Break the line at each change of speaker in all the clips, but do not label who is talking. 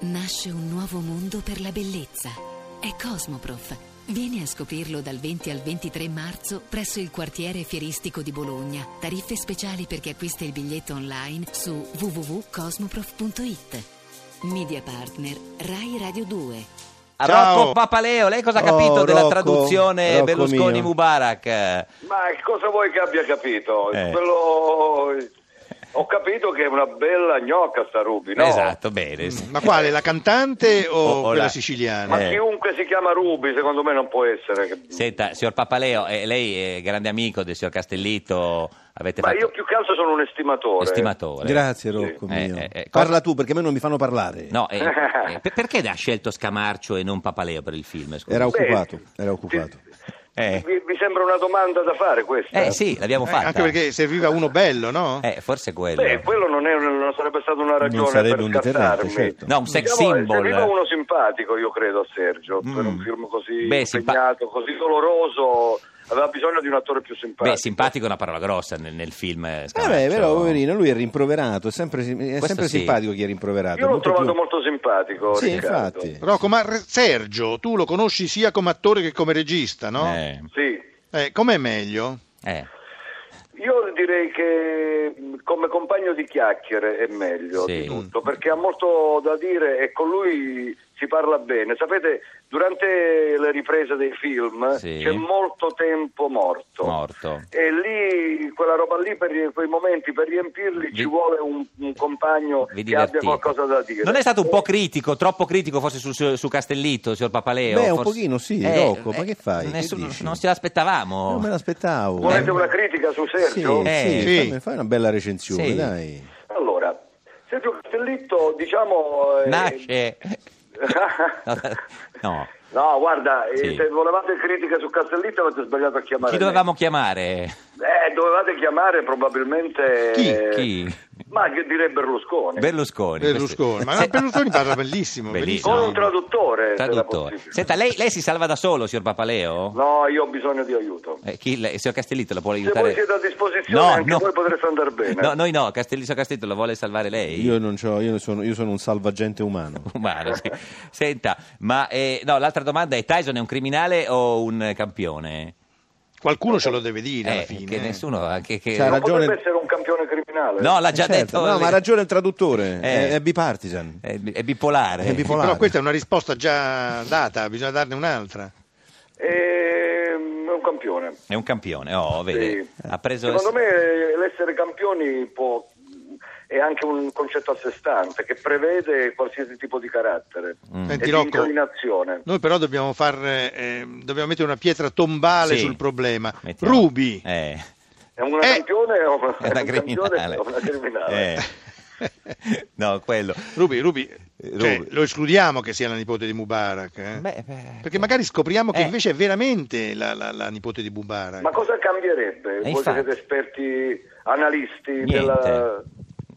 Nasce un nuovo mondo per la bellezza. È Cosmoprof. Vieni a scoprirlo dal 20 al 23 marzo presso il quartiere fieristico di Bologna. Tariffe speciali per chi acquista il biglietto online su www.cosmoprof.it. Media partner Rai Radio 2.
A
Ciao.
Rocco Papaleo, lei cosa ha
Oh,
capito della
Rocco,
traduzione
Rocco
Berlusconi
mio.
Mubarak?
Ma cosa vuoi che abbia capito?
Eh.
Quello... Ho capito che è una bella gnocca sta Ruby, no?
Esatto, bene. sì.
Ma quale, la cantante o,
Mm. O- o
Mm. Oh, quella
la-
siciliana?
Ma
Eh.
chiunque si chiama Ruby, secondo me non può essere.
Senta, signor Papaleo, eh, lei è grande amico del signor Castellito, avete
Ma
fatto
io più che altro sono un estimatore.
Esatto. estimatore.
Grazie Rocco
Sì.
mio.
Eh, eh, eh,
Parla tu perché a me non mi fanno parlare.
No, eh, eh, per- perché ha scelto Scamarcio e non Papaleo per il film? scusi?
Era
Beh,
occupato, era occupato.
Eh,
Vi, vi sembra una domanda da fare questa?
eh, sì, l'abbiamo
Eh,
fatta.
anche perché serviva uno bello, no?
Eh, forse quello.
Beh, quello non, è- non sarebbe stata una ragione
sarebbe
per
un deterrente,
scattarmi.
certo.
No, un sex
Diciamo,
symbol. eh.
Serviva uno simpatico, io credo, a Sergio, per
Mm.
un film così
Beh, simpa-
impegnato, così doloroso. Aveva bisogno di un attore più simpatico.
Beh, simpatico è una parola grossa nel, nel film eh,
Eh
Scamarcio.
beh, però poverino, lui è rimproverato, è sempre, è
Questo
sempre
sì.
simpatico chi è rimproverato.
Io l'ho
molto
trovato
più-
molto simpatico.
Sì,
Riccardo.
infatti.
Rocco, ma Re- Sergio, tu lo conosci sia come attore che come regista, no?
Eh,
Sì.
Eh, com'è meglio?
eh,
Io direi che mh, come compagno di chiacchiere è meglio
Sì.
di tutto, perché ha molto da dire e con lui si parla bene. Sapete, durante le riprese dei film
Sì.
c'è molto tempo morto.
morto.
E lì, quella roba lì, per rie- quei momenti, per riempirli
Vi-
ci vuole un, un compagno
Vi
che abbia
divertite.
qualcosa da dire.
Non è stato un po'
E-
critico, troppo critico forse su, su- su Castellitto, signor Papaleo?
Beh, un
forse- Eh,
pochino sì, Rocco, ma che fai? Che
nessuno-
dici?
non ce l'aspettavamo.
Non me l'aspettavo.
Volete una critica su
Sì,
Sergio?
Oh. Eh,
sì,
sì.
fammi- fai una bella recensione,
Sì.
dai.
Allora, Sergio Castellitto, diciamo... eh,
Nasce. No, no.
No, guarda, eh,
Sì.
se volevate critiche su Castellitto avete sbagliato a chiamare.
Chi
me.
dovevamo chiamare?
Eh, dovevate chiamare probabilmente.
Chi?
Chi?
Ma che direi Berlusconi.
Berlusconi.
Berlusconi.
questo-
Ma
Se-
Berlusconi parla bellissimo,
Bellissimo.
Con
No,
un traduttore. se era
Traduttore.
possibile.
Senta, lei, lei si salva da solo, signor Papaleo?
No, io ho bisogno di aiuto.
Eh, chi, lei- signor Castellitto la vuole
Se
aiutare?
voi siete a disposizione, anche voi potreste andar bene.
No, noi no, Castellitto, signor Castellitto la vuole salvare lei?
Io, non c'ho- io sono, io sono un salvagente umano.
Umano, sì. Senta, ma eh, no, l'altra domanda è Tyson è un criminale o un campione?
Qualcuno ce lo deve dire alla
Eh,
fine.
Che
eh.
nessuno... ha- Che, che-
C'ha
Non
ragione-
potrebbe essere un campione criminale.
No, l'ha già
Certo,
detto...
no, ma ha ragione il traduttore,
Eh.
è, è bipartisan.
È, bi- è bipolare.
È bipolare.
Però questa è una risposta già data, bisogna darne un'altra.
Mm.
Ehm, È un campione.
È un campione, oh, vede.
Sì.
Ha preso...
Secondo me eh, l'essere campioni può- è anche un concetto a sé stante che prevede qualsiasi tipo di carattere
Mm.
Senti,
e di
Rocco,
inclinazione.
Noi però dobbiamo, far, eh, dobbiamo mettere una pietra tombale
Sì.
sul problema.
Mettiamo-
Ruby,
Eh,
È una
Eh,
campione o
è una
un
criminale.
campione o una criminale?
Eh. No, quello.
Ruby, Ruby, cioè,
Eh, Ruby.
lo escludiamo che sia la nipote di Mubarak. eh?
Beh, beh,
Perché magari scopriamo che
Eh.
invece è veramente la, la- la nipote di Mubarak.
Ma cosa cambierebbe? Voi
infatti.
siete esperti analisti
Niente.
della...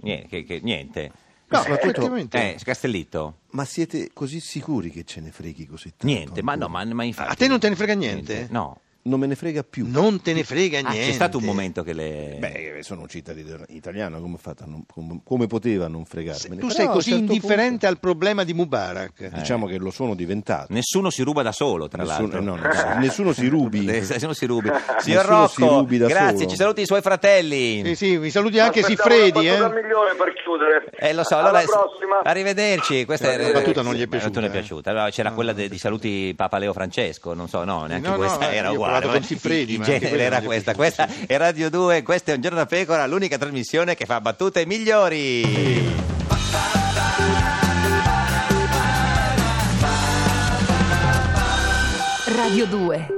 Niente. Che, che- niente.
No,
Ma soprattutto-
effettivamente.
Eh, Castellitto,
Ma siete così sicuri che ce ne freghi così tanto?
niente, ma no,
ancora?
ma, ma infatti...
A te non te ne frega niente?
No.
Non me ne frega più. Eh,
Non te ne frega
Ah,
niente.
c'è stato un momento che le...
Beh, sono un cittadino italiano, come, è fatta a non- com- come poteva non
Se
fregarmene?
tu
Però
sei
a un
così
certo
indifferente al problema di Mubarak.
punto, diciamo che lo sono diventato.
Nessuno si ruba da solo, tra
Nessuno,
l'altro.
no, nessuno- nessuno si rubi.
Eh, Nessuno si rubi. Signor
Nessuno
Rocco,
si rubi da
grazie,
solo.
ci saluti i suoi fratelli.
Sì, eh sì, mi saluti anche
Aspettavo
Sifredi.
una
Eh.
battuta migliore per chiudere.
Eh, lo so,
Alla
allora,
prossima.
Arrivederci. Questa
La
è-
battuta non gli è
la battuta
piaciuta,
non è
eh.
piaciuta. Allora, c'era quella de- di saluti Papa Leo Francesco, non so, no, neanche
No, no,
questa era
io ho
uguale.
provato
ma
con Siffredi,
in
ma anche
genere
quella
era
non gli è
questa.
piaciuta,
Questa è Radio 2, questo è un giorno da pecora, l'unica trasmissione che fa battute migliori.
Radio 2